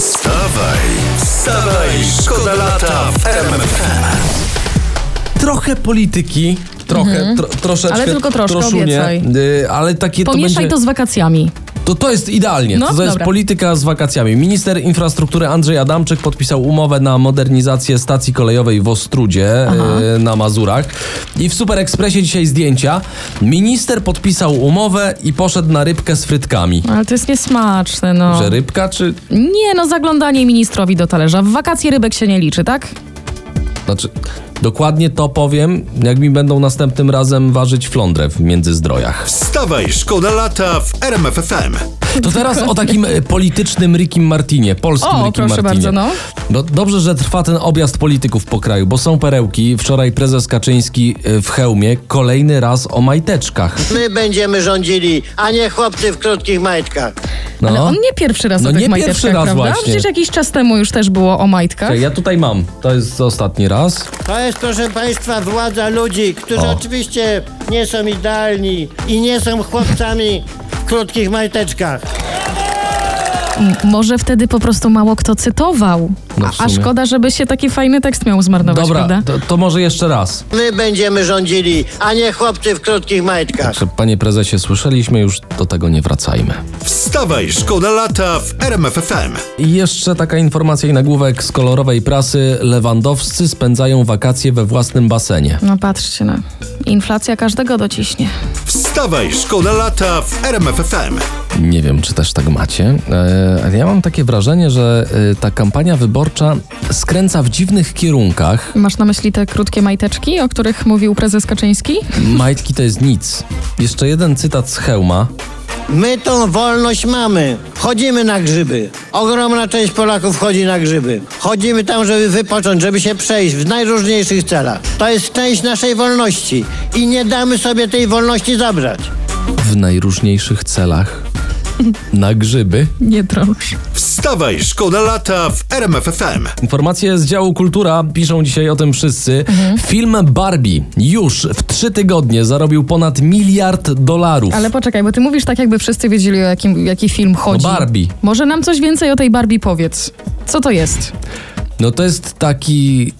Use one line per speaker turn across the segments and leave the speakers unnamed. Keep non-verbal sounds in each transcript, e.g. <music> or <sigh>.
Wstawaj, wstawaj, szkoda lata w RMFFM.
trochę polityki. Trochę, tro, troszeczkę.
Mhm. Ale tylko troszkę, obiecaj.
y, ale takie
Pomieszaj
to będzie...
to z wakacjami.
To, to jest idealnie.
No,
to, to jest
dobra.
polityka z wakacjami. Minister infrastruktury Andrzej Adamczyk podpisał umowę na modernizację stacji kolejowej w Ostrudzie y, na Mazurach. I w Superekspresie dzisiaj zdjęcia. Minister podpisał umowę i poszedł na rybkę z frytkami.
Ale to jest niesmaczne, no.
Że rybka czy...
Nie, no zaglądanie ministrowi do talerza. W wakacje rybek się nie liczy, tak?
Znaczy, dokładnie to powiem, jak mi będą następnym razem ważyć flądrę w międzyzdrojach.
Wstawaj, szkoda lata w RMFFM.
<laughs>
To teraz o takim e, politycznym Rickim Martinie, polskim
O,
Rickim
proszę
Martinie.
bardzo, no.
No, dobrze, że trwa ten objazd polityków po kraju, bo są perełki. Wczoraj prezes Kaczyński e, w hełmie kolejny raz o majteczkach.
My będziemy rządzili, a nie chłopcy w krótkich majtkach.
No.
Ale on nie pierwszy raz
No
o tych
nie
majteczkach,
pierwszy raz
prawda?
właśnie.
Przecież jakiś czas temu już też było o majtkach.
Czekaj, Ja tutaj mam. To jest ostatni raz.
To jest, proszę Państwa, władza ludzi, którzy
O.
oczywiście nie są idealni i nie są chłopcami w krótkich majteczkach.
M- Może wtedy po prostu mało kto cytował.
No, w
a, a
sumie.
szkoda, żeby się taki fajny tekst miał zmarnować,
Dobra,
prawda?
to, to może jeszcze raz.
My będziemy rządzili, a nie chłopcy w krótkich majtkach.
Także, Panie prezesie, słyszeliśmy już, do tego nie wracajmy.
Wstawaj, szkoda lata w RMFFM.
I jeszcze taka informacja i nagłówek z kolorowej prasy. Lewandowscy spędzają wakacje we własnym basenie.
No patrzcie, no. Inflacja każdego dociśnie.
Wstawaj, szkoda lata w RMFFM.
Nie wiem, czy też tak macie, e, ale ja mam takie wrażenie, że e, ta kampania wyborcza skręca w dziwnych
<laughs>
kierunkach.
Masz na myśli te krótkie majteczki, o których mówił prezes Kaczyński? <laughs>
Majtki to jest nic. Jeszcze jeden cytat z Hełma.
My tą wolność mamy. Chodzimy na grzyby. Ogromna część Polaków chodzi na grzyby. Chodzimy tam, żeby wypocząć, żeby się przejść w najróżniejszych celach. To jest część naszej wolności i nie damy sobie tej wolności zabrać.
W najróżniejszych celach. Na grzyby.
Nie trąż.
Wstawaj, szkoda lata w RMFFM.
Informacje z działu kultura piszą dzisiaj o tym wszyscy. Film Barbie już w trzy tygodnie zarobił ponad miliard dolarów.
Ale poczekaj, bo ty mówisz tak, jakby wszyscy wiedzieli, o jakim, jaki film chodzi.
No Barbie.
Może nam coś więcej o tej Barbie powiedz. Co to jest?
No to jest taki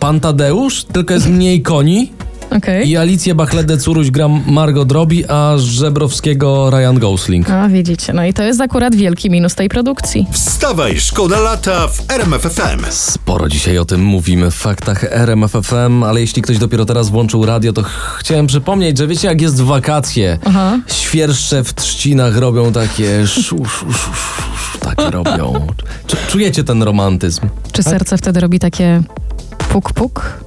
Pantadeusz, tylko jest mniej koni.
Okej.
I Alicję Bachledę Curuś gra Margot Robbie, a Żebrowskiego Ryan Gosling.
A widzicie, no i to jest akurat wielki minus tej produkcji.
Wstawaj, szkoda lata w RMFFM.
Sporo dzisiaj o tym mówimy w faktach RMFFM, ale jeśli ktoś dopiero teraz włączył radio, to ch- chciałem przypomnieć, że wiecie jak jest w wakacje.
Aha.
Świerszcze w trzcinach robią takie szu, szu, szu, szu, szu, takie robią. Czu- Czujecie ten romantyzm?
Czy serce wtedy robi takie puk puk?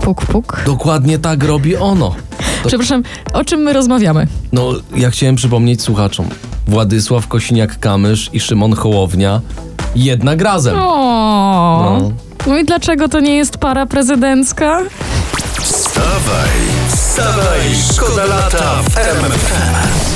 Puk puk?
Dokładnie tak robi ono. To,
Przepraszam, o czym my rozmawiamy?
no, ja chciałem przypomnieć słuchaczom. Władysław Kosiniak-Kamysz i Szymon Hołownia jednak razem.
O.
No.
No. i dlaczego to nie jest para prezydencka?
Wstawaj, wstawaj, szkoda lata w RMFFM.